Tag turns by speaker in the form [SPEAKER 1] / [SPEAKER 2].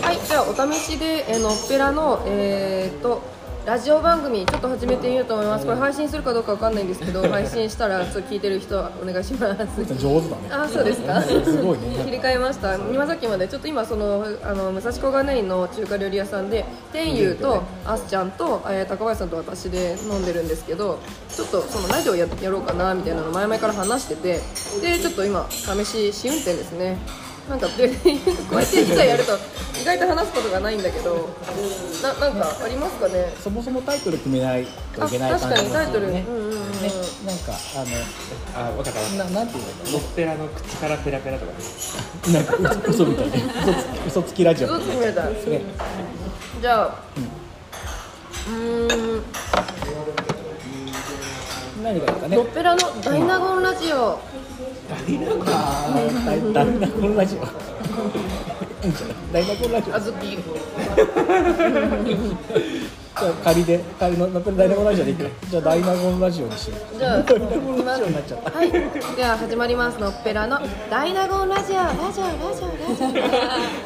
[SPEAKER 1] じゃあお試しで、えー、のっぺらの、えー、とラジオ番組ちょっと始めてみようと思いますこれ配信するかどうかわかんないんですけど配信したらちょっと聞いてる人はお願いします
[SPEAKER 2] 上手だね
[SPEAKER 1] あそうですか
[SPEAKER 2] すごいね
[SPEAKER 1] 切り替えました今さっきまでちょっと今そのあの武蔵小金井の中華料理屋さんで天佑とあすちゃんと、えー高林さんと私で飲んでるんですけどちょっとそのラジオややろうかなみたいなの前々から話しててでちょっと今試し試運転ですねなんか でこうやって一切やると意外と話すことがないんだけどななんかありますかね
[SPEAKER 2] そもそもタイトル決めないと
[SPEAKER 1] あ
[SPEAKER 2] い
[SPEAKER 1] 確
[SPEAKER 2] けない感
[SPEAKER 1] か
[SPEAKER 2] じ
[SPEAKER 1] にタイトル、
[SPEAKER 2] ね
[SPEAKER 1] うんうんうんうん
[SPEAKER 2] ねなんか
[SPEAKER 3] あ、わかった
[SPEAKER 2] あのななんていうの
[SPEAKER 3] のっぺらの口からペラペラとかね
[SPEAKER 2] なんか嘘みたいね嘘つき 嘘つきラジオ
[SPEAKER 1] どう
[SPEAKER 2] ね
[SPEAKER 1] 決めたじゃあうーん
[SPEAKER 2] 何がいいかね
[SPEAKER 1] ドッペラのダイナゴンラジオ
[SPEAKER 2] あーダイダイナコンラジオいいんじゃないダイナコンラジオ
[SPEAKER 1] あずき
[SPEAKER 2] じゃあ仮で仮のダイナゴンラジオでいいかじゃあダイナゴンラジオにしよう
[SPEAKER 1] じ ゃあ
[SPEAKER 2] ダイナゴンラジオになっちゃった
[SPEAKER 1] はいでは始まりますのっぺらのダイナゴンラジオラジオラジオラジオ